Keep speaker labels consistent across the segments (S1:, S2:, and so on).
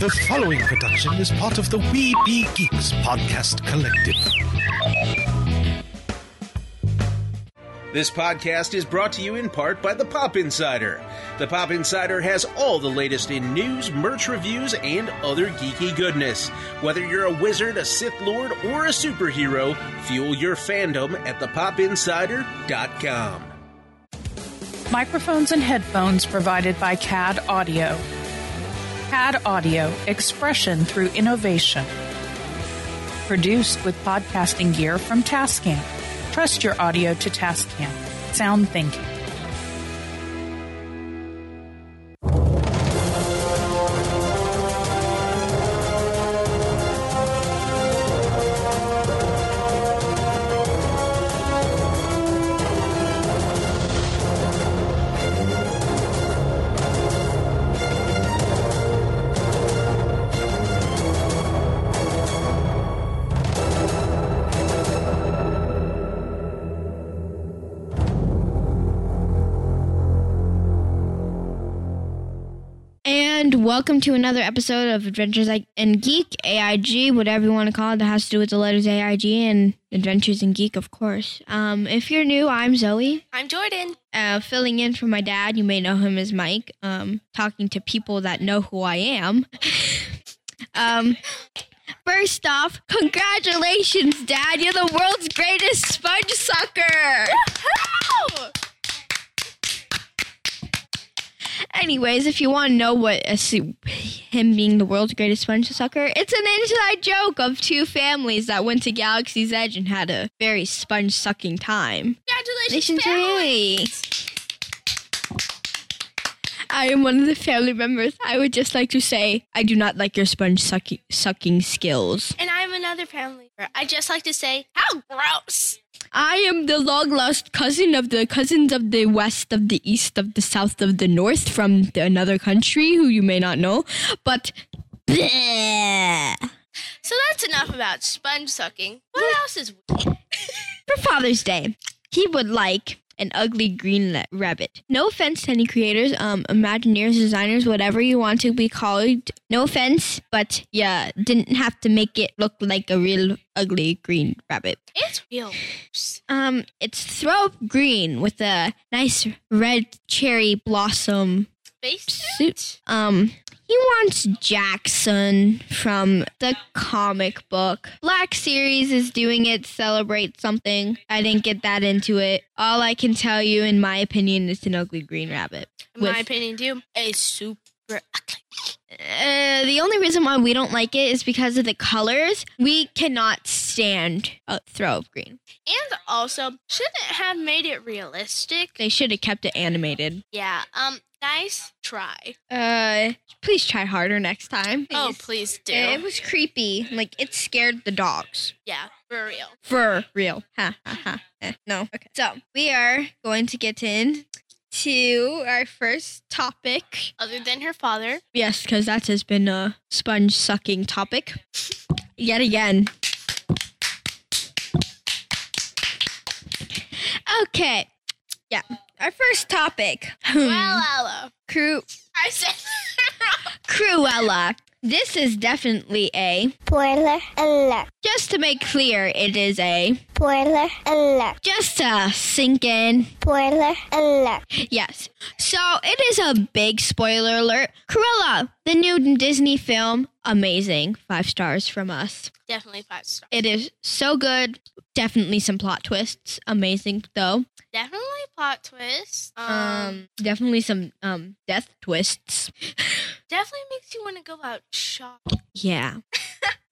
S1: The following production is part of the We Be Geeks podcast collective.
S2: This podcast is brought to you in part by The Pop Insider. The Pop Insider has all the latest in news, merch reviews, and other geeky goodness. Whether you're a wizard, a Sith Lord, or a superhero, fuel your fandom at thepopinsider.com.
S3: Microphones and headphones provided by CAD Audio. CAD Audio, expression through innovation. Produced with podcasting gear from Tascam. Trust your audio to Tascam. Sound thinking.
S4: welcome to another episode of Adventures in Geek, AIG, whatever you want to call it, that has to do with the letters AIG and Adventures in Geek, of course. Um, if you're new, I'm Zoe.
S5: I'm Jordan.
S4: Uh, filling in for my dad, you may know him as Mike, um, talking to people that know who I am. um, first off, congratulations, Dad. You're the world's greatest sponge sucker. Woo-hoo! Anyways, if you want to know what a su- him being the world's greatest sponge sucker, it's an inside joke of two families that went to Galaxy's Edge and had a very sponge sucking time.
S5: Congratulations, Congratulations
S4: I am one of the family members. I would just like to say I do not like your sponge sucking sucking skills.
S5: And I am another family member. I just like to say how gross.
S4: I am the long lost cousin of the cousins of the west, of the east, of the south, of the north from the, another country who you may not know. But. Bleh.
S5: So that's enough about sponge sucking. What, what? else is.
S4: For Father's Day, he would like an ugly green le- rabbit. No offense to any creators, um, imagineers, designers, whatever you want to be called. No offense, but yeah, didn't have to make it look like a real ugly green rabbit.
S5: It's real.
S4: Um, it's throat green with a nice red cherry blossom
S5: Face suit.
S4: Um, he wants Jackson from the comic book. Black Series is doing it, celebrate something. I didn't get that into it. All I can tell you, in my opinion, is an ugly green rabbit.
S5: In my opinion, too, a super ugly.
S4: Uh, the only reason why we don't like it is because of the colors. We cannot stand a throw of green.
S5: And also, shouldn't have made it realistic.
S4: They should have kept it animated.
S5: Yeah. Um. Nice try.
S4: Uh, please try harder next time.
S5: Please. Oh, please do.
S4: It was creepy. Like it scared the dogs.
S5: Yeah, for real.
S4: For real. Ha ha ha. Eh, no. Okay. So we are going to get in to our first topic.
S5: Other than her father.
S4: Yes, because that has been a sponge sucking topic. Yet again. Okay. Yeah. Our first topic.
S5: Cruella.
S4: Cru-
S5: I said
S4: Cruella. This is definitely a
S6: spoiler alert.
S4: Just to make clear, it is a
S6: spoiler alert.
S4: Just to sink in.
S6: Spoiler alert.
S4: Yes. So it is a big spoiler alert. Cruella, the new Disney film, amazing. Five stars from us.
S5: Definitely five stars.
S4: It is so good. Definitely some plot twists. Amazing though.
S5: Definitely plot twists.
S4: Um, um definitely some um death twists.
S5: definitely makes you want to go out shopping.
S4: Yeah.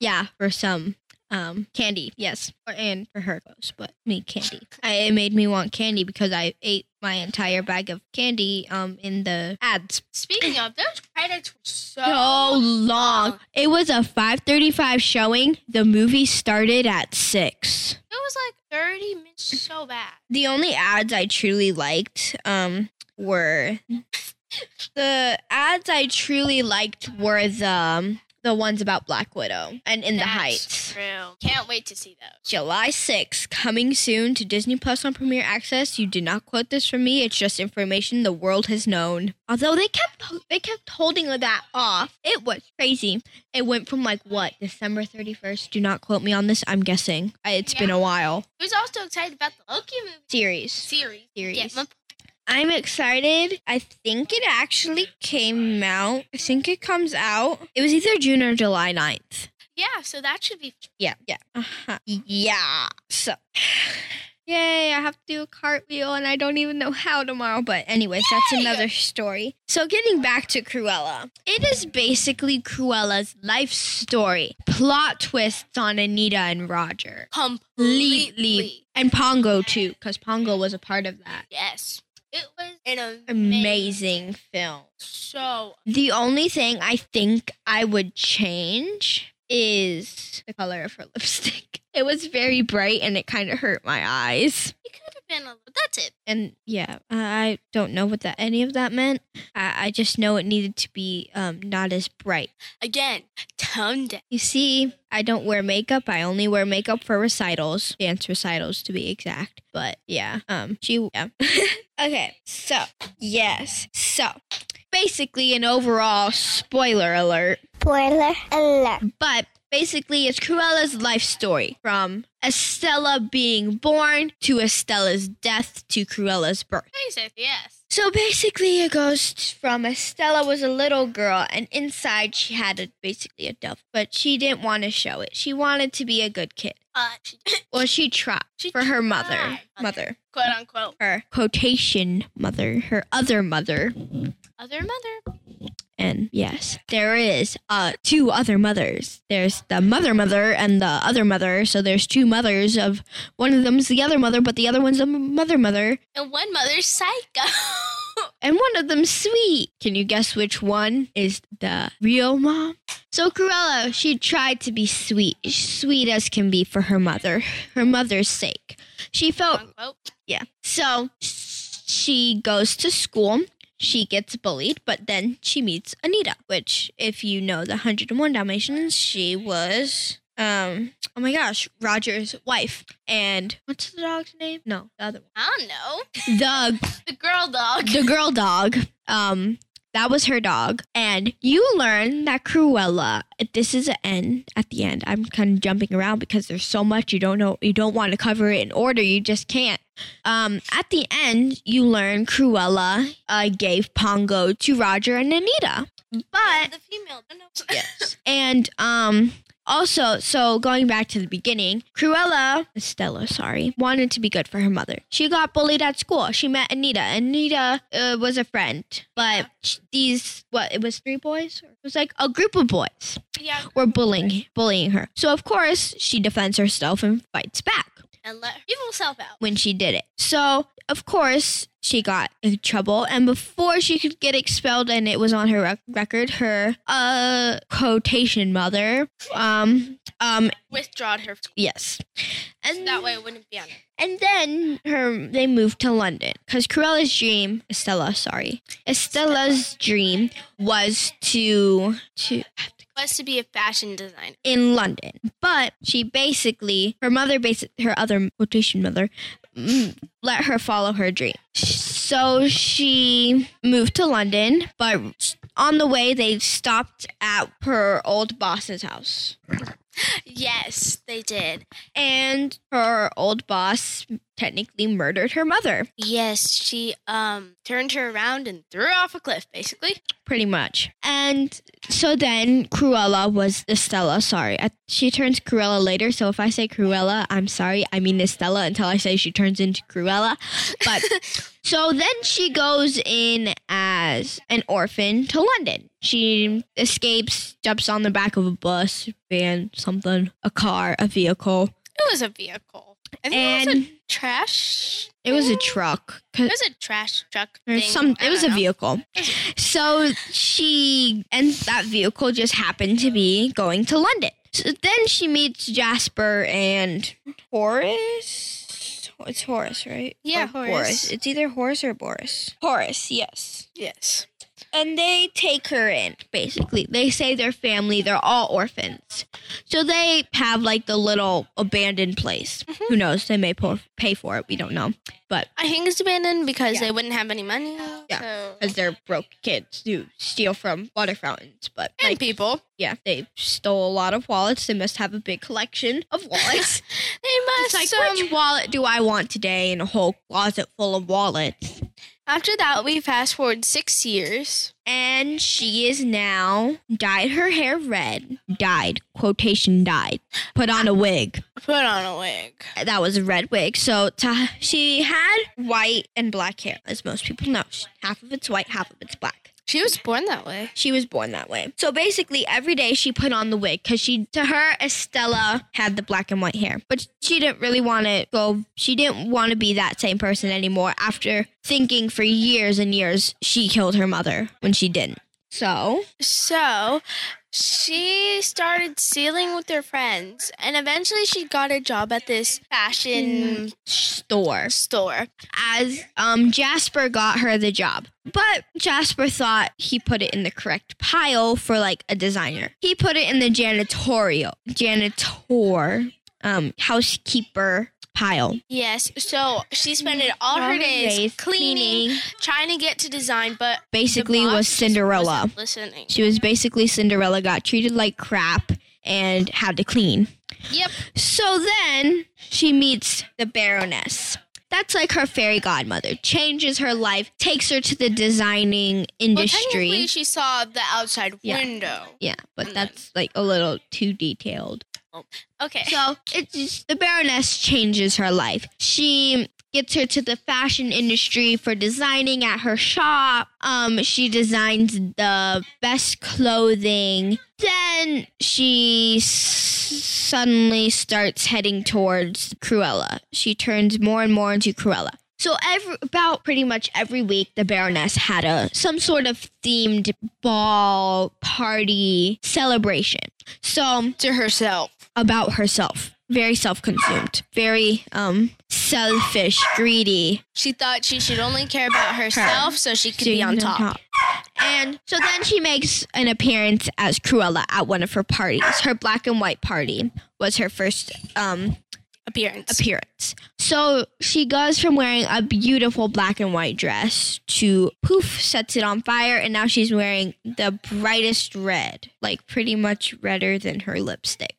S4: yeah, for some um candy, yes. And for her clothes, but me candy. I, it made me want candy because I ate my entire bag of candy um in the ads.
S5: Speaking of, those credits were so,
S4: so long. long. It was a 5:35 showing. The movie started at 6.
S5: It was like 30 minutes so bad.
S4: The only ads I truly liked um were the ads I truly liked were the um, the ones about Black Widow and In the
S5: That's
S4: Heights.
S5: True. Can't wait to see those.
S4: July 6th, coming soon to Disney Plus on Premier Access. You did not quote this from me. It's just information the world has known. Although they kept they kept holding that off. It was crazy. It went from like what, December 31st. Do not quote me on this. I'm guessing. I- It's been a while.
S5: Who's also excited about the Loki movie
S4: Series.
S5: series?
S4: Series.
S5: Yeah, my-
S4: I'm excited. I think it actually came out. I think it comes out. It was either June or July 9th.
S5: yeah, so that should be.
S4: Yeah, yeah, uh-huh. yeah. So, yay! I have to do a cartwheel, and I don't even know how tomorrow. But anyways, that's
S5: Yay!
S4: another story. So, getting back to Cruella, it is basically Cruella's life story, plot twists on Anita and Roger,
S5: Completely.
S4: completely, and Pongo too, because Pongo was a part of that
S5: Yes. It was an amazing.
S4: amazing film.
S5: So
S4: The only thing I think I would change is the color of her lipstick. It was very bright and it kind of hurt my eyes.
S5: it could have been a little. That's it.
S4: And yeah, I don't know what that any of that meant. I, I just know it needed to be um, not as bright.
S5: Again, toned down.
S4: You see, I don't wear makeup. I only wear makeup for recitals, dance recitals to be exact. But yeah, um, she. Yeah. okay, so yes, so basically an overall spoiler alert.
S6: Spoiler alert.
S4: But basically, it's Cruella's life story from Estella being born to Estella's death to Cruella's birth.
S5: Amazing. Yes.
S4: So basically, it goes t- from Estella was a little girl, and inside she had a, basically a dove, but she didn't want to show it. She wanted to be a good kid.
S5: Uh, she-
S4: Well, she tried
S5: She
S4: for her mother,
S5: tried.
S4: mother,
S5: quote unquote.
S4: her quotation mother, her other mother,
S5: Other mother.
S4: And yes, there is uh two other mothers. There's the mother mother and the other mother. So there's two mothers of one of them's the other mother, but the other one's the mother mother,
S5: And one mother's psycho.
S4: and one of them's sweet. Can you guess which one is the real mom? So Cruella, she tried to be sweet, sweet as can be for her mother, her mother's sake. She felt
S5: unquote.
S4: yeah. So she goes to school. She gets bullied, but then she meets Anita, which, if you know the 101 Dalmatians, she was, um, oh my gosh, Roger's wife. And what's the dog's name? No, the other
S5: I don't know.
S4: one. The,
S5: The girl dog.
S4: the girl dog. Um, that was her dog. And you learn that Cruella, this is an end at the end. I'm kind of jumping around because there's so much you don't know. You don't want to cover it in order. You just can't. Um, at the end, you learn Cruella uh, gave Pongo to Roger and Anita. But
S5: the female. No, no.
S4: yes, and um, also, so going back to the beginning, Cruella, Estella, sorry, wanted to be good for her mother. She got bullied at school. She met Anita. Anita uh, was a friend, but these what it was three boys. It was like a group of boys
S5: yeah.
S4: were bullying bullying her. So of course, she defends herself and fights back
S5: And let her evil self out.
S4: when she did it. So, of course, she got in trouble. And before she could get expelled, and it was on her rec- record, her uh, quotation mother, um, um,
S5: Withdrawed her.
S4: yes. And
S5: That way it wouldn't be on her.
S4: and then her they moved to London because Cruella's dream, Estella, sorry, Estella's dream was to to
S5: Was to be a fashion designer.
S4: in London. But she basically, her mother, basi- her other quotation mother, mm, let her follow her dream. So she moved to London, but on the way, they stopped at her old boss's house.
S5: Yes, they did.
S4: And her old boss technically murdered her mother,
S5: Yes, she um turned her around and threw her off a cliff, basically.
S4: pretty much. And so then Cruella was Estella, sorry. I, she turns Cruella later, so if I say Cruella, I'm sorry. I mean Estella until I say she turns into Cruella. But so then she goes in as an orphan to London. She escapes, jumps on the back of a bus, van, something, a car, a vehicle.
S5: It was a vehicle. I think it was
S4: And
S5: a trash.
S4: it was a truck. 'cause-
S5: It was a trash truck.
S4: or
S5: thing.
S4: some
S5: I
S4: it was a
S5: don't know.
S4: vehicle so she and that vehicle just happened to be going to london so then she meets jasper and horace it's horace right
S5: Yeah,
S4: Or
S5: Horace.
S4: it's either horace or boris horace yes
S5: Yes.
S4: and they take her in basically they say their family they're all orphans so they have like the little abandoned place
S5: Mm-hmm.
S4: who knows they may po- pay for it we don't know but
S5: I think it's abandoned because
S4: Yeah.
S5: they wouldn't have any money.
S4: Yeah.
S5: so-
S4: because they're broke kids who steal from water fountains but
S5: And
S4: like
S5: people.
S4: yeah they stole a lot of wallets they must have a big collection of wallets
S5: They
S4: it's
S5: must.
S4: like
S5: um,
S4: which wallet do i want today and a whole closet full of wallets
S5: after that, we fast forward six years.
S4: and she is now dyed her hair red. Dyed, quotation dyed. Put on a wig.
S5: Put on a wig.
S4: That was a red wig. So ta- she had white and black hair, as most people know. Half of it's white, half of it's black.
S5: She was born that way.
S4: She was born that way. So basically, every day she put on the wig because she, to her, Estella had the black and white hair. But she didn't really want to go, she didn't want to be that same person anymore after thinking for years and years she killed her mother when she didn't. So
S5: So she started sealing with her friends, and eventually she got a job at this fashion
S4: store
S5: store.
S4: as um Jasper got her the job. But Jasper thought he put it in the correct pile for like a designer. He put it in the janitorial janitor um housekeeper pile.
S5: Yes. So she spent it all her days, cleaning, trying to get to design, but the
S4: Basically
S5: boss
S4: was
S5: just
S4: Cinderella.
S5: wasn't listening.
S4: She was basically Cinderella got treated like crap and had to clean.
S5: Yep.
S4: So then she meets the Baroness. That's like her fairy godmother. Changes her life, takes her to the designing
S5: Well,
S4: industry.
S5: technically, she saw the outside
S4: Yeah.
S5: window.
S4: yeah, but
S5: And then-
S4: that's like a little too detailed.
S5: Okay.
S4: So it's just, the Baroness changes her life. She gets her to the fashion industry for designing at her shop. Um, she designs the best clothing. Then she s- suddenly starts heading towards Cruella. She turns more and more into Cruella. So every about pretty much every week, the Baroness had a some sort of themed ball, party, celebration. So
S5: to herself.
S4: about herself. Very self consumed, very um, selfish, greedy.
S5: She thought she should only care about herself so she could be
S4: Being
S5: on top.
S4: And so then she makes an appearance as Cruella at one of her parties. Her black and white party was her first um,
S5: Appearance.
S4: appearance. So she goes from wearing a beautiful black and white dress to poof, sets it on fire, and now she's wearing the brightest red, like pretty much redder than her lipstick.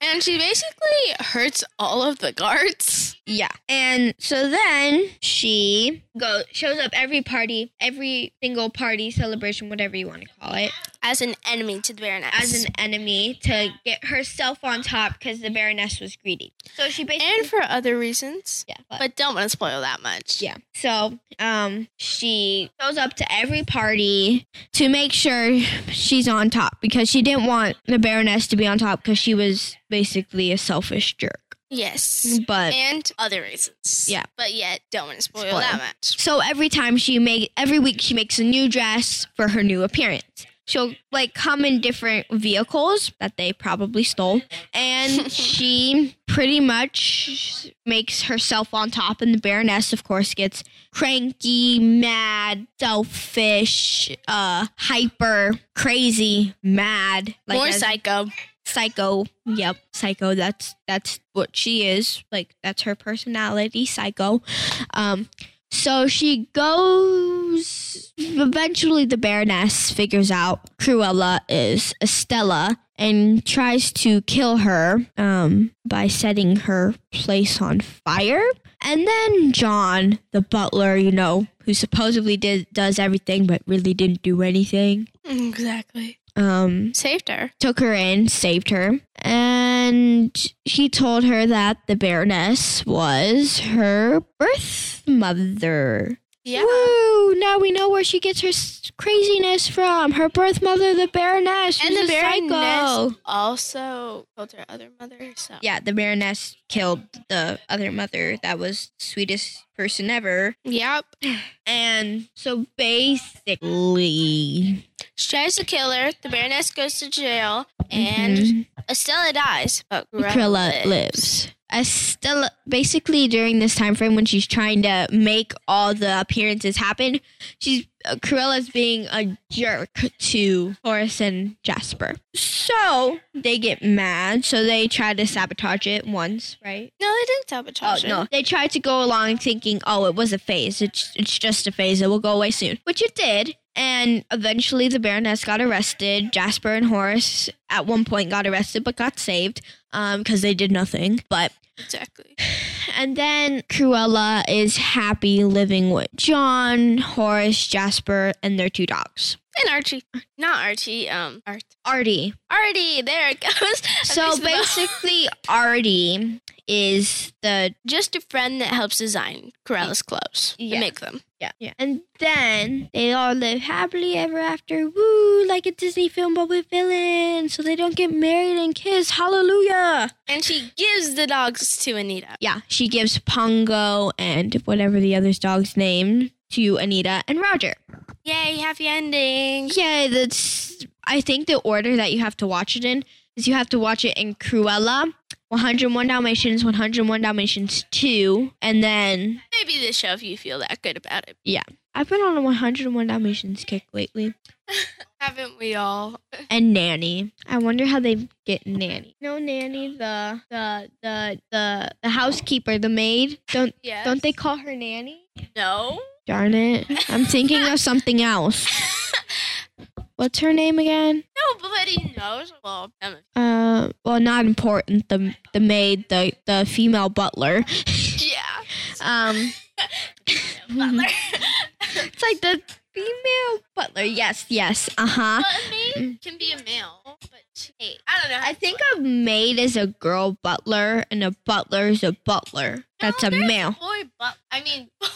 S5: and she basically hurts all of the guards.
S4: Yeah. And so then she goes shows up every party, every single party celebration, whatever you want to call it,
S5: As an enemy to the Baroness.
S4: as an enemy to get herself on top because the Baroness was greedy. So she basically
S5: and for other reasons.
S4: yeah, but,
S5: But don't want to spoil that much.
S4: yeah. So um she goes up to every party to make sure she's on top because she didn't want the Baroness to be on top because she was basically a selfish jerk.
S5: Yes.
S4: But
S5: And other reasons.
S4: Yeah.
S5: But yet, don't want to spoil,
S4: Spoil.
S5: that much.
S4: So every time she make every week she makes a new dress for her new appearance. She'll like come in different vehicles that they probably stole, and she pretty much makes herself on top. And the Baroness, of course, gets cranky, mad, selfish, uh, hyper, crazy, mad,
S5: More
S4: as-
S5: psycho.
S4: psycho. Yep, psycho. That's that's what she is. Like that's her personality, psycho. Um so she goes eventually the baroness figures out Cruella is Estella and tries to kill her um by setting her place on fire. And then John, the butler, you know, who supposedly did does everything but really didn't do anything.
S5: Exactly.
S4: Um
S5: Saved her.
S4: took her in, saved her, and he told her that the Baroness was her birth mother.
S5: Yeah.
S4: Woo! Now we know where she gets her s- craziness from. Her birth mother, the Baroness,
S5: And
S4: who's
S5: the
S4: a
S5: Baroness
S4: psycho.
S5: also killed her other mother. So.
S4: Yeah, the Baroness killed the other mother. That was sweetest person ever.
S5: Yep.
S4: And so basically,
S5: She tries to kill her. The Baroness goes to jail, and
S4: Mhm.
S5: Estella dies. But Cruella,
S4: Krilla
S5: lives.
S4: lives. Estella, basically during this time frame when she's trying to make all the appearances happen, she's uh, Cruella's being a jerk to Horace and Jasper. So they get mad. So they try to sabotage it once, right?
S5: No, they didn't
S4: Oh
S5: sabotage it.
S4: no! They tried to go along thinking, "Oh, it was a phase. It's it's just a phase. It will go away soon," which it did. And eventually, the Baroness got arrested. Jasper and Horace, at one point, got arrested but got saved because they did nothing. But
S5: Exactly.
S4: and then Cruella is happy living with John, Horace, Jasper, and their two dogs.
S5: And Archie. Not Archie. Um, Art.
S4: Artie.
S5: Artie. There it goes. I'm
S4: So
S5: mixing them up.
S4: basically, Artie is the
S5: just a friend that helps design Corella's clothes
S4: Yeah.
S5: and make them.
S4: yeah. yeah. And then they all live happily ever after. Woo! Like a Disney film, but with villains, so they don't get married and kiss. Hallelujah!
S5: And she gives the dogs to Anita.
S4: Yeah, she gives Pongo and whatever the other's dog's name to Anita and Roger.
S5: Yay, happy ending.
S4: Yeah, that's. I think the order that you have to watch it in is you have to watch it in Cruella, 101 Dalmatians, 101 Dalmatians 2, and then
S5: Maybe this show if you feel that good about it.
S4: I've been on a 101 Dalmatians kick lately.
S5: Haven't we all?
S4: And Nanny. I wonder how they get Nanny. No, Nanny, the the the the, the housekeeper, the maid. Don't
S5: Yeah.
S4: don't they call her Nanny?
S5: No.
S4: Darn it! I'm thinking of something else. What's her name again?
S5: Nobody knows. Well, um,
S4: Uh, well, not important. The the maid, the the female butler.
S5: yeah.
S4: Um,
S5: Butler.
S4: it's like the female butler. Yes, yes. Uh huh.
S5: well, a maid can be a male, but she, hey, I don't know.
S4: I think a maid is a girl butler, and a butler is a butler.
S5: No,
S4: That's a
S5: there's
S4: male.
S5: Boy, but I mean, boy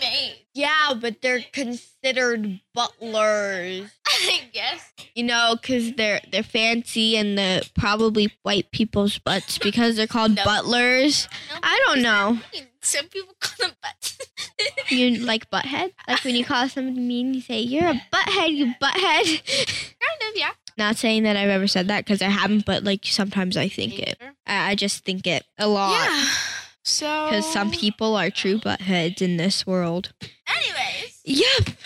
S5: maid.
S4: Yeah, but they're considered butlers.
S5: I guess.
S4: You know, because they're they're fancy and the probably white people's butts because they're called
S5: No.
S4: butlers.
S5: No,
S4: I don't know.
S5: Some people call them butts.
S4: You like butthead? Like when you call somebody mean, you say, You're a butthead, you butthead.
S5: kind of, yeah.
S4: Not saying that I've ever said that because I haven't, but like sometimes I think it. I I just think it a lot.
S5: Yeah. Oh. So.
S4: Because some people are true buttheads in this world.
S5: Anyways.
S4: Yep.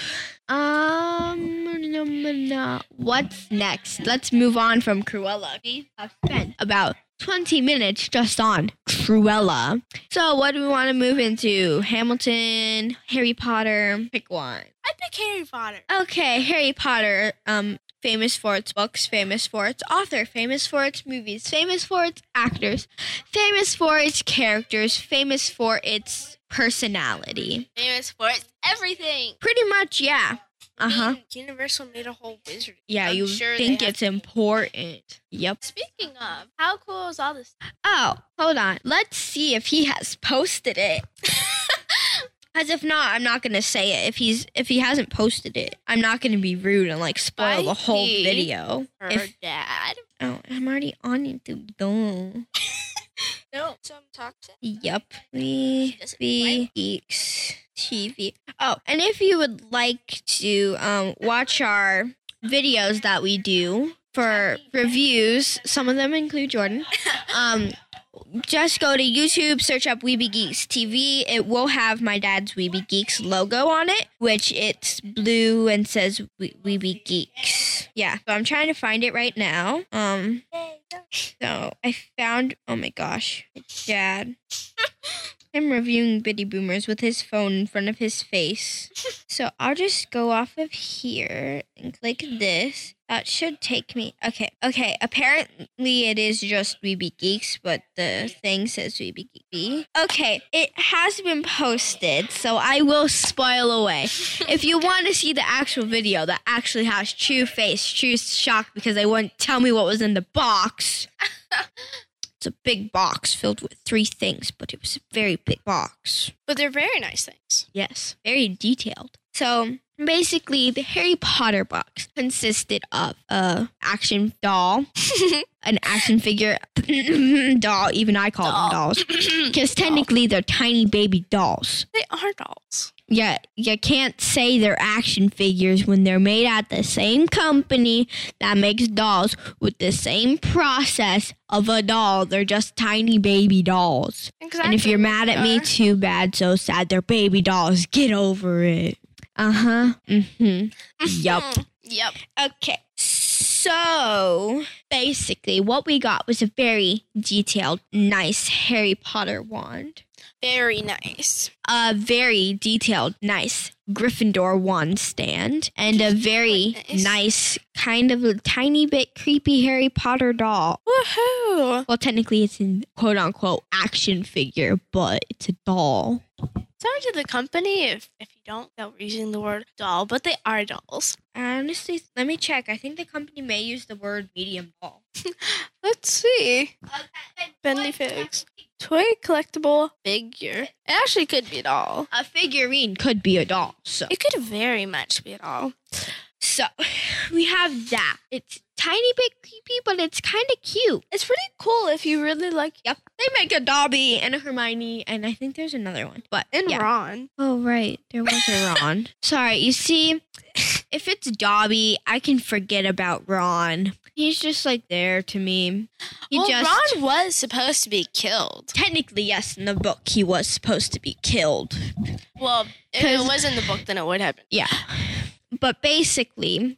S4: Um, no, no, no. what's next? Let's move on from Cruella. We have spent about 20 minutes just on Cruella. So, what do we want to move into? Hamilton, Harry Potter, pick one.
S5: I pick Harry Potter.
S4: Okay, Harry Potter, um, famous for its books, famous for its author, famous for its movies, famous for its actors, famous for its characters, famous for its personality.
S5: Famous for its everything.
S4: Pretty much, yeah. Uh huh.
S5: mean, Universal made a whole wizard.
S4: Yeah,
S5: I'm
S4: you
S5: sure they
S4: think
S5: have-
S4: it's important. Yep.
S5: Speaking of, how cool is all this?
S4: Oh, hold on. Let's see if he has posted it. As if not, I'm not gonna say it. If he's if he hasn't posted it, I'm not gonna be rude and like spoil the whole
S5: Spicy.
S4: video.
S5: Her
S4: If
S5: dad.
S4: Oh, I'm already on YouTube. though.
S5: No, some toxic.
S4: Yep. We
S5: Doesn't
S4: we geeks TV. Oh, and if you would like to um watch our videos that we do for reviews, some of them include Jordan. Um just go to YouTube, search up Weeby Geeks TV. It will have my dad's Weeby Geeks logo on it, which it's blue and says we- Weeby Geeks. Yeah, so I'm trying to find it right now. Um, so I found. Oh my gosh, it's Dad. I'm reviewing Biddy Boomers with his phone in front of his face. So I'll just go off of here and click this. That should take me. Okay, okay. Apparently it is just Weeby Geeks, but the thing says Weeby Geeky. Okay, it has been posted, so I will spoil away. if you want to see the actual video that actually has true face, true shock, because they wouldn't tell me what was in the box. It's a big box filled with three things, but it was a very big box.
S5: But they're very nice things.
S4: Yes, very detailed. So Basically, the Harry Potter box consisted of a action doll, an action figure doll. Even I call them dolls because technically they're tiny baby dolls.
S5: They are dolls.
S4: Yeah, you can't say they're action figures when they're made at the same company that makes dolls with the same process of a doll. They're just tiny baby dolls.
S5: Exactly.
S4: And if you're
S5: what
S4: mad
S5: they
S4: at me,
S5: are.
S4: too bad, so sad. They're baby dolls. Get over it. Uh huh. Mm hmm. yup.
S5: Yep.
S4: Okay. So basically, what we got was a very detailed, nice Harry Potter wand,
S5: Very nice.
S4: a very detailed, nice Gryffindor wand stand, and a very
S5: Nice.
S4: nice. kind of a tiny bit creepy Harry Potter doll.
S5: Woohoo!
S4: Well, technically, it's a quote unquote action figure, but it's a doll.
S5: Sorry to the company if, if you don't know we're using the word doll, but they are dolls.
S4: Honestly, let me check. I think the company may use the word medium doll.
S5: Let's see. Bendy figs. Toy collectible figure. It actually could be a doll.
S4: A figurine could be a doll, so.
S5: It could very much be a doll.
S4: So we have that. It's tiny bit creepy, but it's kind of cute.
S5: It's pretty cool if you really like
S4: Yep. They make a Dobby and a Hermione, and I think there's another one. But
S5: and
S4: yeah.
S5: Ron.
S4: Oh right, there was a Ron. Sorry, you see, if it's Dobby, I can forget about Ron. He's just like there to me. He
S5: well,
S4: just
S5: Ron was supposed to be killed.
S4: technically yes, in the book he was supposed to be killed.
S5: Well, if it
S4: 'Cause-
S5: was in the book, then it would have been.
S4: Yeah. But basically,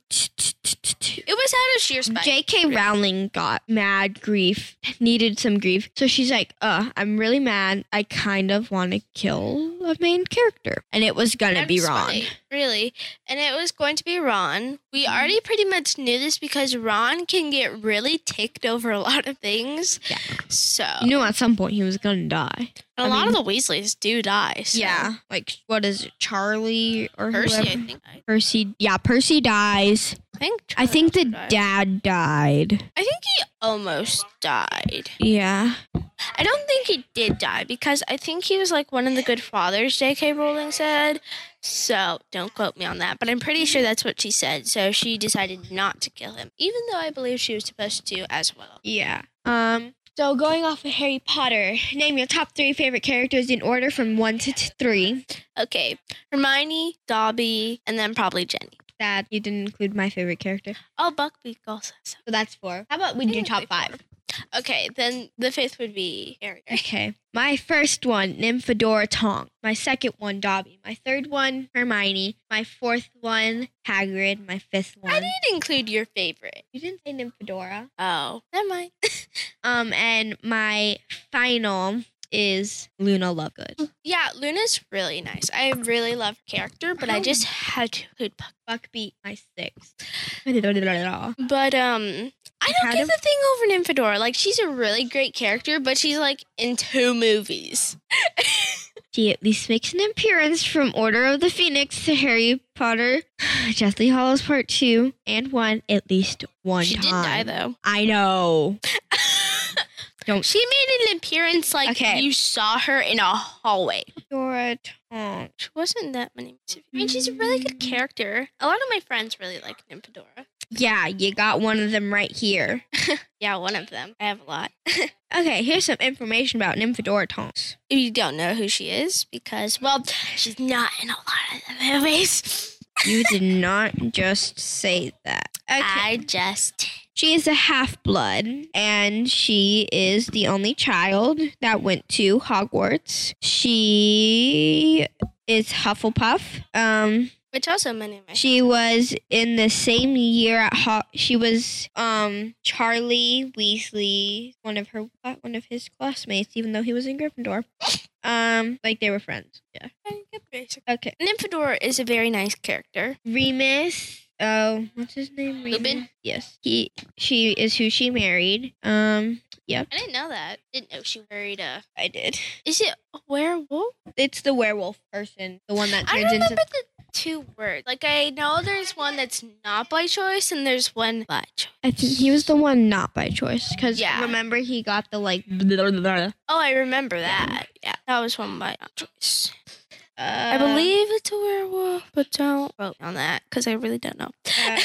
S5: It was out of sheer spite.
S4: J.K. Rowling got mad grief, needed some grief. So she's like, uh, I'm really mad. I kind of want to kill a main character. And it was going to
S5: Out
S4: be
S5: of
S4: Ron.
S5: spite, Really. And it was going to be Ron. We already pretty much knew this because Ron can get really ticked over a lot of things.
S4: Yeah.
S5: So,
S4: You knew at some point he was going to die.
S5: and a lot of the Weasleys do die. So.
S4: Like, what is it, Charlie or
S5: Percy,
S4: whoever?
S5: I think. I
S4: Percy, yeah, Percy dies.
S5: think,
S4: I think the
S5: Charlie died.
S4: dad died.
S5: I think he almost died.
S4: Yeah.
S5: I don't think he did die because I think he was like one of the good fathers, J.K. Rowling said. So don't quote me on that, but I'm pretty sure that's what she said. So she decided not to kill him, even though I believe she was supposed to as well.
S4: Yeah. Um. So going off of Harry Potter, name your top three favorite characters in order from one to t- three.
S5: Okay, Hermione, Dobby, and then probably Jenny.
S4: That you didn't include my favorite character.
S5: Oh, Buckbeak also. says
S4: So that's four. How about we do top five?
S5: so. Okay, then the fifth would be Harry.
S4: Okay. My first one, Nymphadora Tonk. My second one, Dobby. My third one, Hermione. My fourth one, Hagrid. My fifth
S5: I
S4: one.
S5: did include your favorite.
S4: You didn't say Nymphadora.
S5: Oh, never mind.
S4: Um, and my final is Luna
S5: Hmm.
S4: Lovegood.
S5: yeah, Luna's really nice. I really love her character, but I just had to include Buck.
S4: Buckbeat, my sixth. That's
S5: But um, I don't
S4: How
S5: get
S4: do-
S5: the thing over Nymphadora. Like she's a really great character, but she's like in two movies.
S4: Oh She at least makes an appearance from Order of the Phoenix to Harry Potter, Deathly Hollows Part 2, and 1 at least one
S5: she
S4: time.
S5: did die though.
S4: I know. Don't
S5: She made an appearance like
S4: Okay.
S5: you saw her in a hallway.
S4: Dora Tonk.
S5: She wasn't that many. movies. I mean, she's a really good
S4: Mm.
S5: character. A lot of my friends really like Nymphadora.
S4: Yeah, you got one of them right here.
S5: Yeah, one of them. I have a lot.
S4: Okay, here's some information about Nymphadora Tonks.
S5: If you don't know who she is, because well, she's not in a lot of the movies.
S4: You did not just say that. Okay.
S5: I just
S4: She is a half blood, and she is the only child that went to Hogwarts. She is Hufflepuff. Um,
S5: which also many of my
S4: she was in the same year at Ho- she was um Charlie Weasley, one of her uh, one of his classmates, even though he was in Gryffindor. Um, like they were friends. Yeah. Okay.
S5: Nymphadora is a very nice character.
S4: Remus. Oh, what's his name? Remus?
S5: Lupin?
S4: Yes. He. She is who she married. Um. Yep.
S5: I didn't know that. Didn't know she married a.
S4: I did.
S5: Is it a werewolf?
S4: It's the werewolf person, the one that
S5: I
S4: turns
S5: remember
S4: into.
S5: the two words. Like I know there's one that's not by choice and there's one by choice.
S4: I think he was the one not by choice, because
S5: Yeah.
S4: remember he got the like. uh,
S5: Oh, I remember that. Yeah, that was one by not choice. I
S4: Uh,
S5: believe it's a werewolf, but don't quote me on that because I really don't know.
S4: Uh,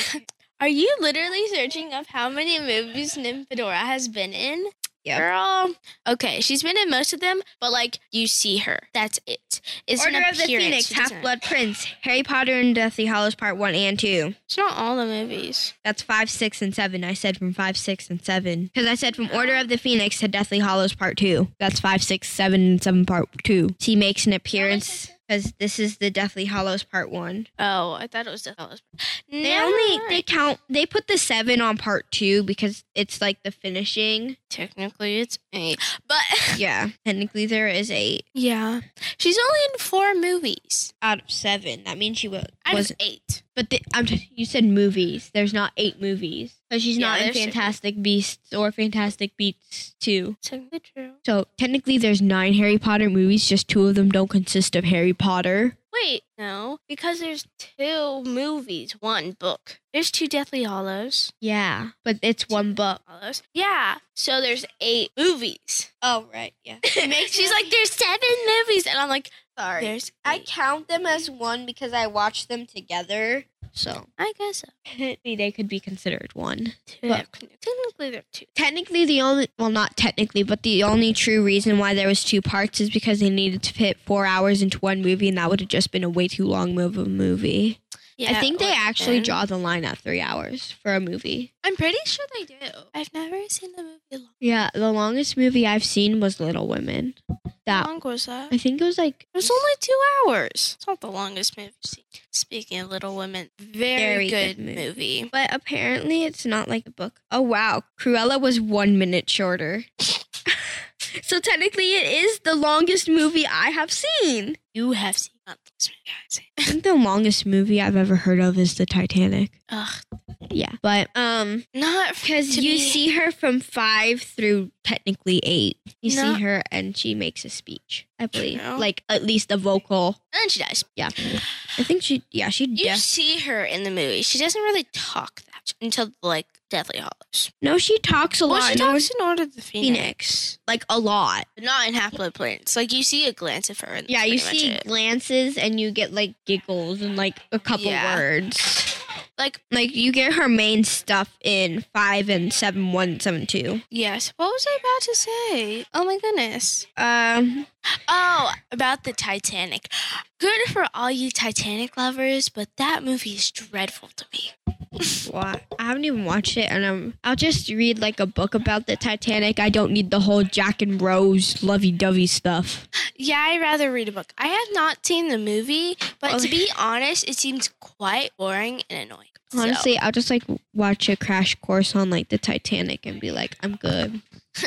S5: Are you literally searching up how many movies Nymphadora has been in?
S4: Yep.
S5: Girl. Okay, she's been in most of them, but like you see her. That's it. It's
S4: Order
S5: an
S4: of the
S5: appearance.
S4: Phoenix,
S5: She doesn't-
S4: Half Blood Prince, Harry Potter and Deathly Hollows Part One and Two.
S5: It's not all the movies.
S4: That's five, six, and seven. I said from five, six, and seven because I said from Order of the Phoenix to Deathly Hollows Part Two. That's five, six, seven, and seven Part Two. She makes an appearance because this is the Deathly Hollows Part One.
S5: Oh, I thought it was the Hollows.
S4: They only they count they put the seven on Part Two because it's like the finishing.
S5: technically it's eight, but
S4: Yeah, technically there is eight
S5: yeah, she's only in four movies
S4: out of seven. That means she wa-
S5: out
S4: was
S5: of eight.
S4: But the, I'm just, you said movies. There's not eight movies. So she's
S5: Yeah,
S4: not in
S5: there's certain-
S4: Fantastic Beasts or Fantastic Beasts 2.
S5: Technically true.
S4: So technically there's nine Harry Potter movies, just two of them don't consist of Harry Potter.
S5: Wait, no, because there's two movies, one book. There's two Deathly Hollows.
S4: Yeah, but it's one book.
S5: Hollows. Yeah. So there's eight movies.
S4: Oh, right, yeah.
S5: She's like, there's seven movies, and I'm like,
S4: Sorry.
S5: there's.
S4: I count them as one because I watched them together. So
S5: I guess so.
S4: technically they could be considered one.
S5: Yeah, technically they're two.
S4: Technically, the only well, not technically, but the only true reason why there was two parts is because they needed to fit four hours into one movie, and that would have just been a way too long of a movie. I think they actually
S5: draw.
S4: draw the line at three hours for a movie.
S5: I'm pretty sure they do. I've never seen the movie. Long,
S4: Yeah, the longest movie I've seen was Little Women.
S5: how
S4: That
S5: long was that?
S4: I think it was like
S5: It's only two hours. It's not the longest movie I've seen. Speaking of Little Women,
S4: Very
S5: very, good,
S4: good
S5: movie.
S4: But apparently, it's not like the book. Oh wow, Cruella was one minute shorter. so technically, it is the longest movie I have seen.
S5: You have seen not this movie. I've
S4: I
S5: seen.
S4: think the longest movie I've ever heard of is the Titanic.
S5: Ugh,
S4: Yeah, but um,
S5: not
S4: because
S5: to
S4: you
S5: be-
S4: see her from five through technically eight. You
S5: No.
S4: see her, and she makes a speech. I believe,
S5: True.
S4: like at least a vocal.
S5: and she dies.
S4: Yeah, I think she. Yeah, she.
S5: You
S4: def-
S5: see her in the movie. She doesn't really talk that much until like Deathly Hollows.
S4: no, she talks a
S5: Well,
S4: lot.
S5: she
S4: No,
S5: talks in Order of the Phoenix,
S4: Phoenix, like a lot.
S5: but not in Half Blood Prince. Like you see a glance of her. And that's
S4: Yeah, you
S5: pretty much
S4: see
S5: it.
S4: glances and you get like giggles and like a couple
S5: Yeah.
S4: words.
S5: like
S4: Like you get her main stuff in five and seven one seven two.
S5: yes. What was I about to say? Oh my goodness.
S4: Um,
S5: Oh, about the Titanic. Good for all you Titanic lovers, but that movie is dreadful to me.
S4: wa- I haven't even watched it, and um, I'll just read like a book about the Titanic. I don't need the whole Jack and Rose lovey dovey stuff.
S5: Yeah, I'd rather read a book. I have not seen the movie, but to be honest, it seems quite boring and annoying. So-
S4: Honestly, I'll just like watch a crash course on like the Titanic and be like, I'm good.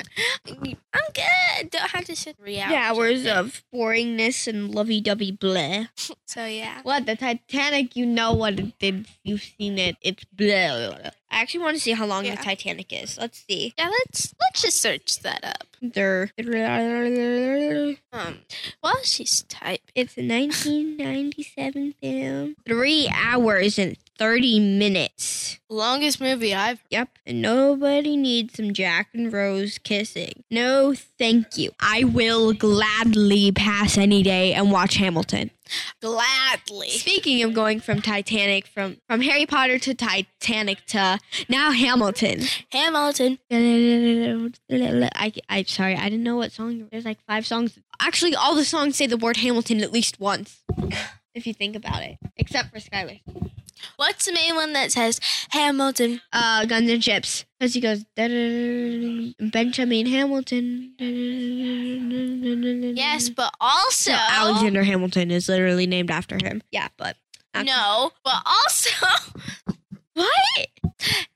S5: I'm good. Don't have to sit three hours.
S4: of boringness and lovey dovey blah.
S5: So yeah.
S4: What the Titanic? You know what it did. You've seen it. It's blah. blah, blah. I actually want to see how long
S5: Yeah.
S4: the Titanic is. Let's see.
S5: Yeah, let's let's just search that up.
S4: There.
S5: Um, while she's type,
S4: It's a 1997 film. Three hours and 30 minutes.
S5: longest movie I've.
S4: Yep. And nobody needs some Jack and Rose kissing. No, thank you. I will gladly pass any day and watch Hamilton.
S5: Gladly.
S4: Speaking of going from Titanic, from from Harry Potter to Titanic to now Hamilton.
S5: Hamilton.
S4: I, I'm sorry, I didn't know what song. There's like five songs. Actually, all the songs say the word Hamilton at least once, if you think about it, except for Skylar.
S5: What's the main one that says Hamilton?
S4: Uh, Guns and Chips. Because he goes, "Da-da-da-da-da-da, Benjamin Hamilton. da-da-da-da-da-da-da-da."
S5: Yes, but also
S4: Mm-hmm. No, Alexander Hamilton is literally named after him. Yeah, but.
S5: No, but also what?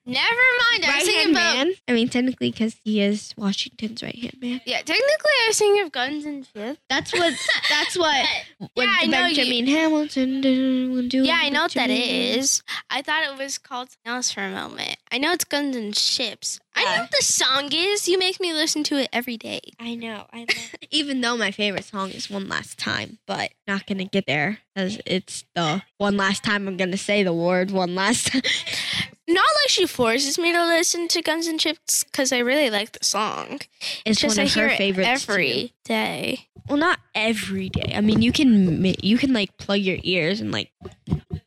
S5: Never mind. I was
S4: Right
S5: thinking
S4: hand
S5: about.
S4: man. I mean, technically, because he is Washington's right hand man.
S5: Yeah, technically, I was thinking of Guns and Chips.
S4: That's what. That's what.
S5: Yeah, I know you-
S4: Benjamin Hamilton.
S5: Yeah, I know what that is. I thought it was called something else for a moment. I know it's Guns and Ships. I know
S4: Yeah.
S5: what the song is. You make me listen to it every day.
S4: I know. I know. Even though my favorite song is "One Last Time," but not gonna get there because it's the one last time I'm gonna say the word one last time.
S5: Not like she forces me to listen to Guns and Chips because I really like the song.
S4: It's
S5: Just
S4: one
S5: I
S4: of
S5: hear
S4: her
S5: it
S4: favorites too.
S5: every day.
S4: Well, not every day. I mean, you can mi- you can like plug your ears and like,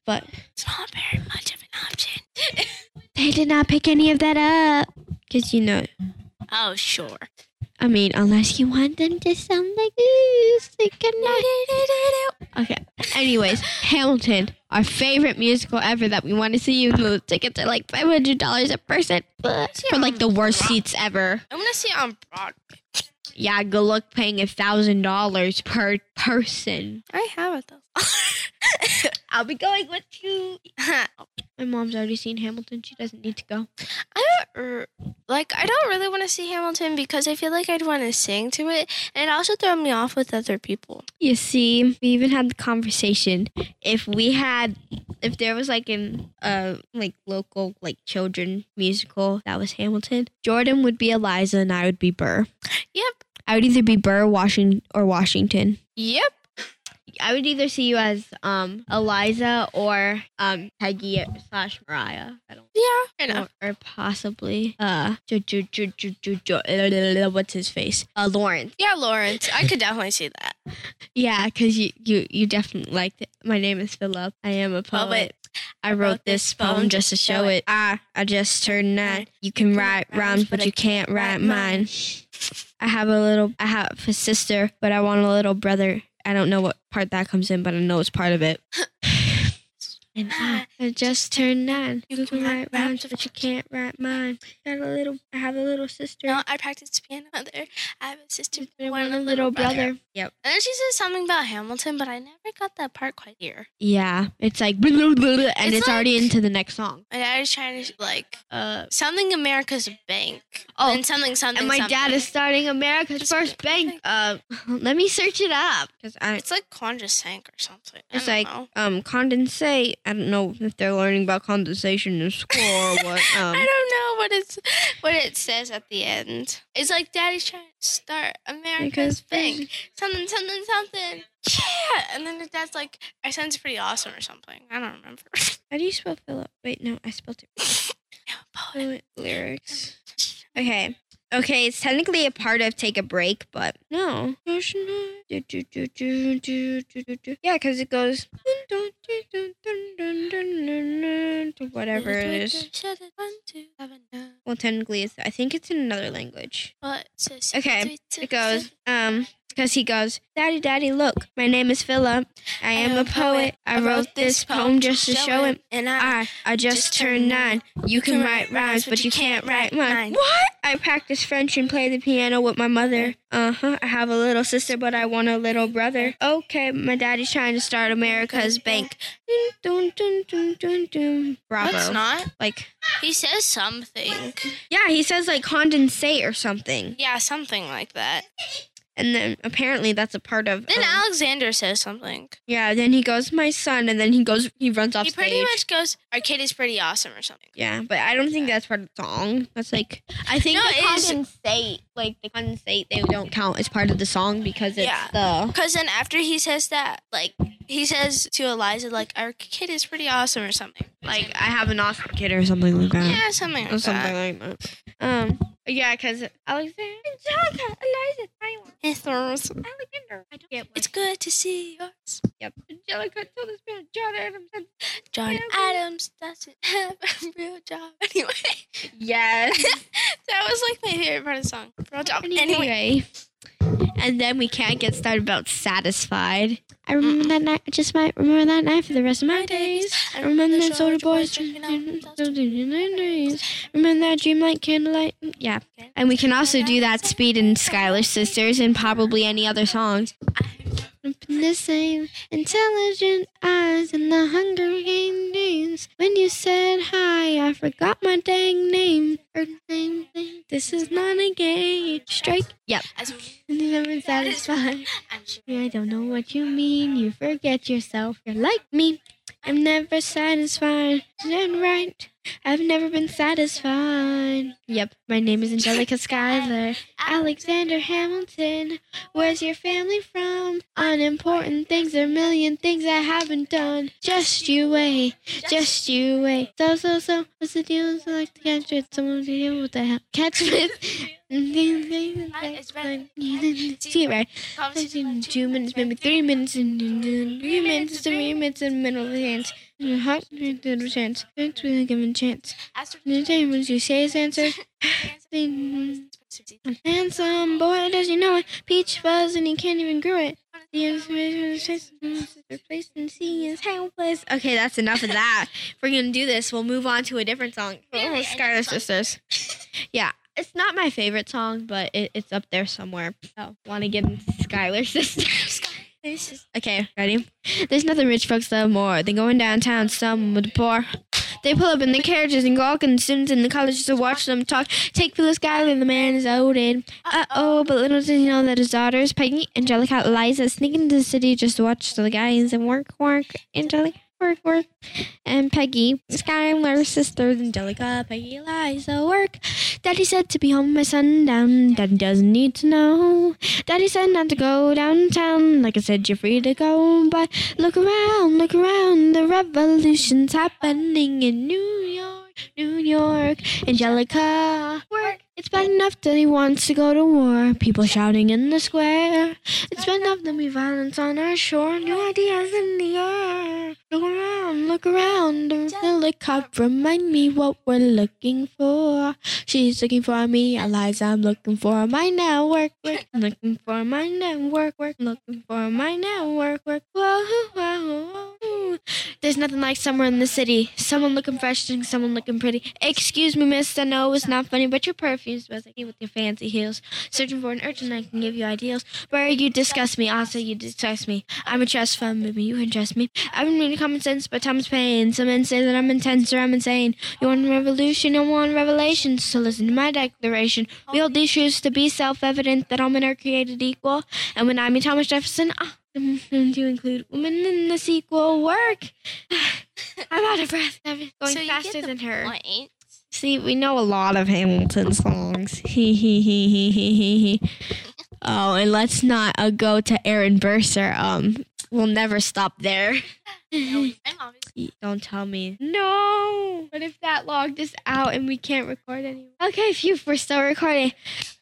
S4: but
S5: It's not very much of an option.
S4: they did not pick any of that up because you know.
S5: Oh sure.
S4: I mean, unless you want them to sound like this, they cannot. Okay. Anyways, Hamilton, our favorite musical ever that we want to see, even though the tickets are like five hundred dollars a person, but for like the worst seats ever.
S5: I'm gonna see it on Broadway.
S4: Yeah, good luck paying a thousand dollars per person.
S5: I have it though.
S4: I'll be going with you. My mom's already seen Hamilton. She doesn't need to go.
S5: I don't r- like. I don't really want to see Hamilton because I feel like I'd want to sing to it, and it also throw me off with other people.
S4: You see, we even had the conversation. If we had, if there was like an uh like local like children musical that was Hamilton, Jordan would be Eliza and I would be Burr.
S5: Yep.
S4: I would either be Burr, Washington, or Washington.
S5: Yep.
S4: I would either see you as um Eliza or um Peggy slash Mariah. I don't.
S5: Yeah. Fair enough.
S4: Or, or possibly uh, jo- jo- jo- jo- jo- jo- what's his face? Uh, Lawrence.
S5: Yeah, Lawrence. I could definitely see that.
S4: Yeah, because you, you you definitely liked it. My name is Philip. I am a poet.
S5: Poet.
S4: I wrote this poem just to show it. I I just turned nine. You can write rhymes, but you can't write
S5: um,
S4: mine. I have a little. I have a sister, but I want a little brother. I don't know what part that comes in, but I know it's part of it. And I, I just turned nine. You can write rhymes, but you can't write mine. Got a little. I have a little sister.
S5: No, I practiced piano there. I have a sister,
S4: I
S5: one
S4: want a little brother. Yep.
S5: And then she says something about Hamilton, but I never got that part quite here.
S4: Yeah, it's like blah, blah, blah, blah, and
S5: It's
S4: it's, already
S5: like-
S4: into the next song.
S5: My dad is trying to like
S4: Uh,
S5: something America's bank.
S4: Oh,
S5: and something
S4: and
S5: something.
S4: my dad
S5: something.
S4: is starting America's first bank. Uh, let me search it up because I
S5: It's like Conja sank or something. I
S4: it's
S5: don't
S4: like
S5: know.
S4: um condensate. I don't know if they're learning about condensation in school or what. Um,
S5: I don't know what it's what it says at the end. It's like Daddy's trying to start America's bank. Something, something, something. Yeah. And then the dad's like, I sounds pretty awesome or something. I don't remember.
S4: How do you spell Philip? Wait, no, I spelled it.
S5: Poet.
S4: Fluent lyrics. Okay. Okay, it's technically a part of Take a Break, but no. No, it's not. Do, do, do, do, do, do, do, do. Yeah, because it goes to whatever it is.
S5: Shut it, one, two, seven, nine.
S4: Well, technically, it's, I think it's in another language.
S5: Well, it says-
S4: Okay, It goes, um, because he goes, Daddy, Daddy, look, my name is Philip. I am a poet. I wrote this poem just to show him.
S5: And
S4: I, I just turned nine. You can write rhymes, but you can't write mine. What? I practice French and play the piano with my mother. Uh huh. I have a little sister, but I want a little brother. Okay, my daddy's trying to start America's bank. Dun, dun, dun, dun, dun. Bravo.
S5: That's not.
S4: Like,
S5: He says something.
S4: yeah, he says like condensate or something,
S5: Yeah, something like that.
S4: and then apparently that's a part of.
S5: Then
S4: um,
S5: Alexander says something.
S4: yeah. Then he goes, my son, and then he goes, he runs off
S5: He
S4: stage.
S5: pretty much goes, "Our kid is pretty awesome" or something.
S4: Yeah, but I don't think that's part of the song. That's like I think
S5: No,
S4: the
S5: it is-
S4: condensate, like the condensate, they don't count as part of the song because it's
S5: Yeah.
S4: the
S5: Because then after he says that, like he says to Eliza, like our kid is pretty awesome or something.
S4: like I have an awesome kid or something like that.
S5: Yeah, something
S4: Mm.
S5: like
S4: Or something
S5: that.
S4: like that. Um, yeah, because Alexander, Angelica, Eliza, Taiwan,
S5: It's awesome.
S4: Alexander. I don't get
S5: It's good to see yours,
S4: Yep. Angelica told this man John Adams. said-
S5: John
S4: Yeah, but-
S5: Adams doesn't have a real job. Anyway,
S4: Yes.
S5: that was like my favorite part of the song. Real job. Anyway,
S4: Anyway. And then we can't get started about satisfied. I remember that night. I just might remember that night for the rest of my days. I remember those older boys. Remember that dreamlight, candlelight. Yeah. And we can also do that speed in Skylar Sisters and probably any other songs. Open the same intelligent eyes in the Hunger Games. When you said hi, I forgot my dang name. Or name, name. This is not a game. Strike. Yep.
S5: As
S4: Never satisfied.
S5: I'm sure.
S4: I don't know what you mean. You forget yourself. You're like me. I'm never satisfied. Then right. I've never been satisfied. Yep, my name is Angelica Schuyler. Alexander Hamilton, where's your family from? Unimportant things, a million things I haven't done. Just you wait, just you wait. So, so, so, what's the deal? It's like the catch with someone to deal with the hell. Catch with. See it right. Two minutes, maybe three minutes, and three minutes, three minutes, and middle of the hands. Your heart, little chance. Thanks for the given chance. The time when you say his answer. Handsome boy, does he know it? Peach fuzz, and he can't even grow it. The information is just replaced and seeing is helpless. Okay, that's enough of that. if we're gonna do this, we'll move on to a different song. Oh, Scarlet Sisters. yeah, it's not my favorite song, but it, it's up there somewhere. So, want to give them Skylar Sisters. Okay, ready? There's nothing rich folks love more than going downtown, some with the poor. They pull up in their carriages and gawk, and students in the colleges to watch them talk. Take Phyllis Schuyler, the man is outed. Uh oh, but little did he know that his daughters, Peggy, Angelica, Eliza, sneak into the city just to watch the guys and work, work, Angelica. Work, work, and Peggy, Skylar's sisters, Angelica, Peggy, Eliza, work. Daddy said to be home by sundown. Daddy doesn't need to know. Daddy said not to go downtown. Like I said, you're free to go. But look around, look around. The revolution's happening in New York, New York. Angelica, work. It's bad enough that he wants to go to war. People shouting in the square. It's bad enough that we violence on our shore. New ideas in the air. Look around, look around. The helicopter remind me what we're looking for. She's looking for me, Eliza. I'm looking for my network. Work. I'm looking for my network. Work. I'm looking for my network. Work. Whoa, whoa, whoa. There's nothing like somewhere in the city. Someone looking fresh and someone looking pretty. Excuse me, miss. I know it's not funny, but your perfume smells like you with your fancy heels. Searching for an urchin I can give you ideals. Where you disgust me, also you disgust me. I'm a trust fund, maybe you can trust me. I've been reading common sense, but Tom's pain. Some men say that I'm intense or I'm insane. You want revolution, I want revelation. So listen to my declaration. We hold these truths to be self evident that all men are created equal. And when I mean Thomas Jefferson, ah, and to include women in the sequel work. I'm out of breath. I'm going
S5: So you get
S4: faster
S5: the
S4: than her.
S5: Point.
S4: See, we know a lot of Hamilton songs. Hee hee hee hee hee hee hee. Oh, and let's not uh, go to Aaron Burser. Um, we'll never stop there. Don't tell me. No. What if that logged us out and we can't record anymore? Okay, phew, we're still recording.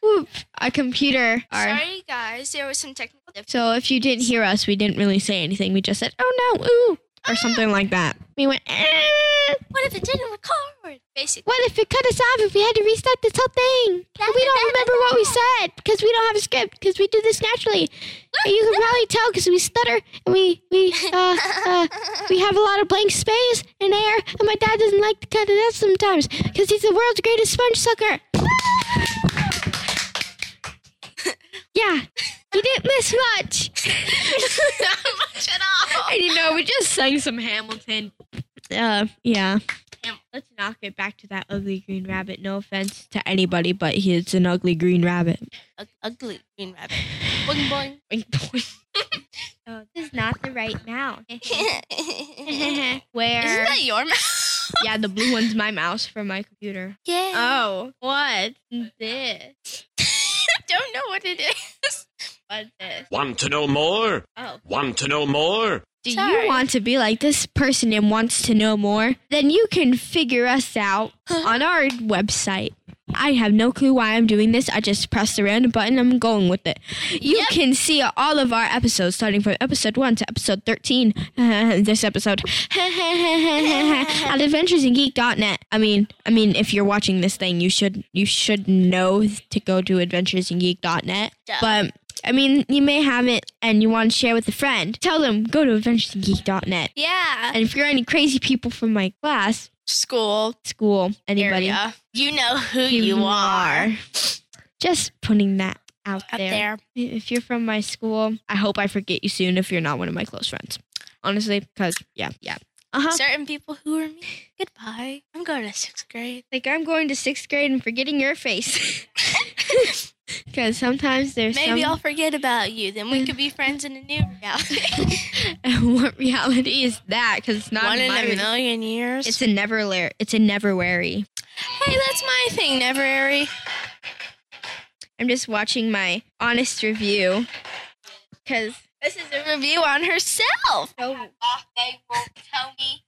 S4: Whoop, a computer. Our-
S5: Sorry, guys. There was some technical difficulty.
S4: So if you didn't hear us, we didn't really say anything. We just said, "Oh no, ooh," or something like that. We went. "Ah."
S5: Ah. What if it didn't record? Basically.
S4: What if it cut us off if we had to restart this whole thing? And we don't remember what we said because we don't have a script because we do this naturally. And you can probably tell because we stutter and we we uh, uh, we have a lot of blank space and air. And my dad doesn't like to cut it out sometimes because he's the world's greatest sponge sucker. yeah, you didn't miss much.
S5: Not much at all.
S4: I didn't know we just sang some Hamilton. Uh, yeah. Let's not get back to that ugly green rabbit. No offense to anybody, but he's an ugly green rabbit.
S5: Ug- ugly green rabbit. Boing boing.
S4: no, this is not the right mouth.
S5: Isn't
S4: Where?
S5: that your mouth?
S4: yeah, the blue one's my mouse for my computer.
S5: Yeah.
S4: Oh, what? This.
S5: don't know what it is.
S4: What's this?
S7: Want to know more?
S4: Oh.
S7: Want to know more?
S4: Do
S5: Sorry.
S4: you want to be like this person and wants to know more? Then you can figure us out on our website. I have no clue why I'm doing this. I just pressed the random button. I'm going with it. You can see all of our episodes, starting from episode 1 to episode 13. this episode. at adventuresingeek.net. I mean, I mean, if you're watching this thing, you should you should know to go to adventuresingeek.net.
S5: Duh.
S4: But I mean, you may have it and you want to share with a friend. Tell them go to adventuresingeek.net.
S5: Yeah.
S4: And if you're any crazy people from my class,
S5: School.
S4: school, anybody,
S5: Area. You know who you, are.
S4: just putting that out
S5: Up
S4: there.
S5: there.
S4: If you're from my school, I hope I forget you soon. If you're not one of my close friends, honestly, because yeah, yeah, uh huh.
S5: Certain people who are me. Goodbye. I'm going to sixth grade.
S4: Like I'm going to sixth grade and forgetting your face. Because sometimes there's
S5: Maybe I'll
S4: some,
S5: forget about you. Then we could be friends in a new reality.
S4: what reality is that? Because it's not
S5: One in
S4: my
S5: a million years.
S4: It's a never layer. It's a never wary.
S5: hey, that's my thing, never airy.
S4: I'm just watching my honest review. Because
S5: This is a review on herself.
S4: oh,
S8: they won't tell me.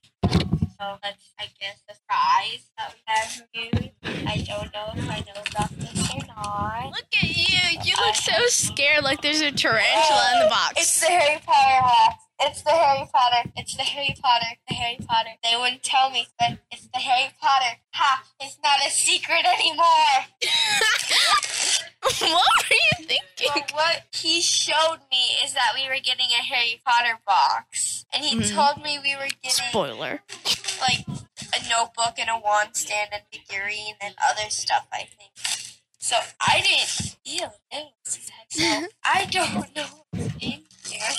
S8: So that's, I guess, the prize of that review. I don't know if I know about this or not.
S5: Look at you. You look so scared like there's a tarantula in the
S8: It's
S5: box.
S8: the Harry Potter hoax. It's the Harry Potter. It's the Harry Potter. The Harry Potter. They wouldn't tell me, but it's the Harry Potter. Ha! It's not a secret anymore.
S5: what were you thinking?
S8: But what he showed me is that we were getting a Harry Potter box, and he
S5: Mhm.
S8: told me we were getting
S5: Spoiler.
S8: like a notebook and a wand stand and figurine and other stuff, I think. So I didn't ew, ew, so I don't know what's in here.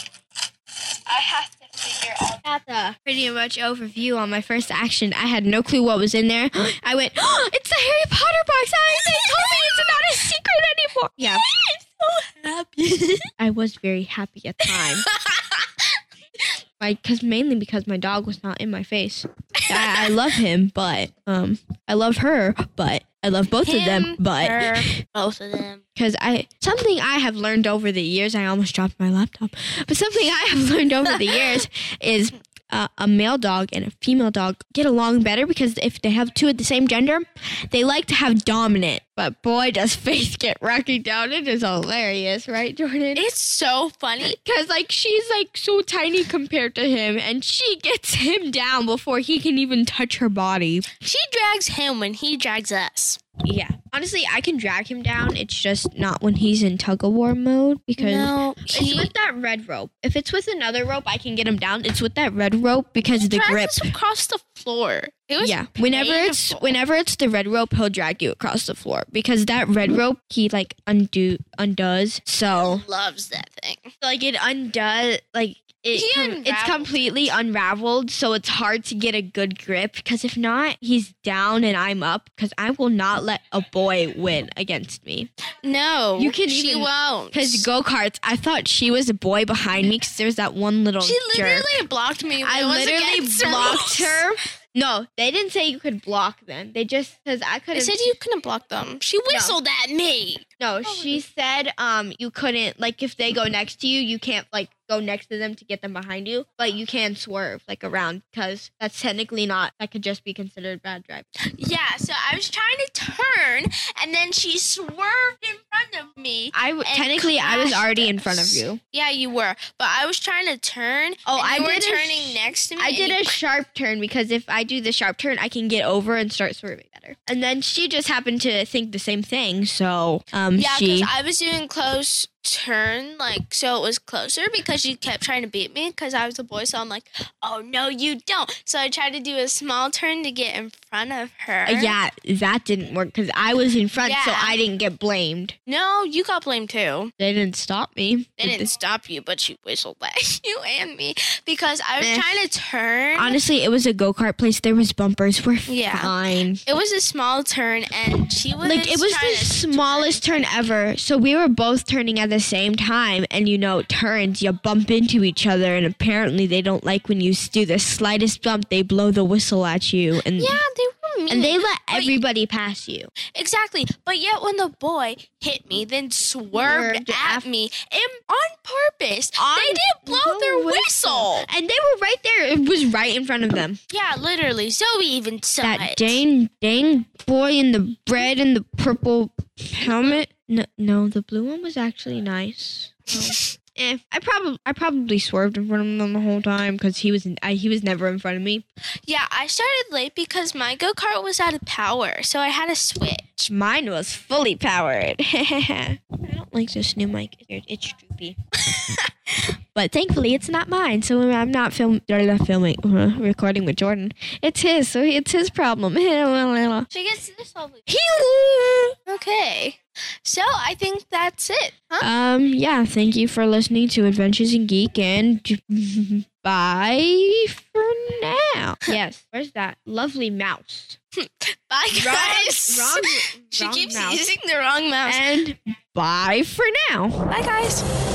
S8: I have to figure out
S4: that's a pretty much overview on my first action. I had no clue what was in there. I went, oh, it's the Harry Potter box. I, they told me it's not a secret anymore. Yeah,
S5: Happy.
S4: I was very happy at the time. Like, cause mainly because my dog was not in my face. I, I love him, but um, I love her, but I love both of them,
S5: Him,
S4: but.
S5: her, both of them.
S4: because I something I have learned over the years. I almost dropped my laptop, but something I have learned over the years is uh, a male dog and a female dog get along better because if they have two of the same gender, they like to have dominant. But boy, does Faith get Rocky down! It is hilarious, right, Jordan?
S5: It's so funny.
S4: Because like she's like so tiny compared to him, and she gets him down before he can even touch her body.
S5: She drags him when he drags us.
S4: Yeah, honestly, I can drag him down. It's just not when he's in tug of war mode because.
S5: No,
S4: It's
S5: he
S4: with that red rope. If it's with another rope, I can get him down. It's with that red rope because the
S5: drags
S4: grip.
S5: us across the floor. It was
S4: Yeah, whenever it's
S5: painful.
S4: whenever it's the red rope, he'll drag you across the floor because that red rope he like undo undoes. So
S5: loves that thing.
S4: like it undoes like it.
S5: He
S4: com- it's
S5: unravels
S4: completely unraveled, so it's hard to get a good grip because if not, he's down and I'm up because I will not let a boy win against me.
S5: No,
S4: You can
S5: She
S4: even-
S5: won't.
S4: Because go karts, I thought she was a boy behind me because there was that one little.
S5: she
S4: jerk.
S5: literally blocked me. When
S4: I
S5: it was
S4: literally
S5: against
S4: blocked
S5: rules.
S4: her. No, they didn't say you could block them. They just because I could.
S5: I said you Oh, couldn't block them. She whistled at me.
S4: no. She said um you couldn't like if they go next to you, you can't like go next to them to get them behind you, but you can swerve like around because that's technically not that could just be considered bad driving.
S5: Yeah, so I was trying to turn, and then she swerved in front of me.
S4: I w-
S5: And
S4: technically I was
S5: crashed
S4: already in front of
S5: us.
S4: you.
S5: Yeah, you were, but I was trying to turn.
S4: Oh,
S5: and
S4: I
S5: you were
S4: did a
S5: turning
S4: sh-
S5: next to me.
S4: I
S5: and
S4: did
S5: you-
S4: a sharp turn because if I do the sharp turn, I can get over and start swerving better. And then she just happened to think the same thing, so um
S5: Yeah,
S4: she
S5: because I was doing close turn, like so it was closer because you kept trying to beat me because I was a boy. So I'm like, oh no, you don't. So I tried to do a small turn to get in front of her.
S4: Uh, Yeah, that didn't work because I was in front, so
S5: Yeah.
S4: I didn't get blamed.
S5: No, you got blamed too.
S4: They didn't stop me.
S5: They didn't stop you, but she whistled at you and me because I was
S4: Eh.
S5: trying to turn.
S4: Honestly, it was a go kart place. There was bumpers. We're
S5: Yeah.
S4: fine.
S5: it was a small turn, and she was
S4: Like it was
S5: trying
S4: the
S5: to
S4: smallest turn ever. So we were both turning at the same time, and you know, turns you bump into each other, and apparently they don't like when you s- do the slightest bump. They blow the whistle at you, and
S5: Yeah, they were mean.
S4: and they let
S5: Wait.
S4: everybody pass you.
S5: Exactly. But yet, when the boy hit me, then swerved
S4: Swerved
S5: at
S4: af-
S5: me and on purpose,
S4: On
S5: they did blow
S4: the
S5: their
S4: whistle.
S5: whistle.
S4: And they were right there. It was right in front of them.
S5: Yeah, literally. Zoe even saw
S4: that
S5: it.
S4: dang dang boy in the red and the purple helmet. No, no, the blue one was actually nice. Oh. Eh, I probably I probably swerved in front of him the whole time because he was in, I, he was never in front of me.
S5: yeah, I started late because my go kart was out of power, so I had to switch.
S4: Mine was fully powered. I don't like this new mic. It- It's droopy. but thankfully, it's not mine, so I'm not film not filming uh, recording with Jordan. It's his, so it's his problem.
S5: She gets this all the
S4: He-
S5: Okay. So I think that's it. Huh?
S4: Um, yeah, thank you for listening to Adventures in Geek and bye for now. Yes, where's that lovely mouse?
S5: Bye, guys.
S4: Wrong,
S5: she
S4: wrong
S5: keeps
S4: mouth.
S5: using the wrong mouse.
S4: And bye for now.
S5: Bye, guys.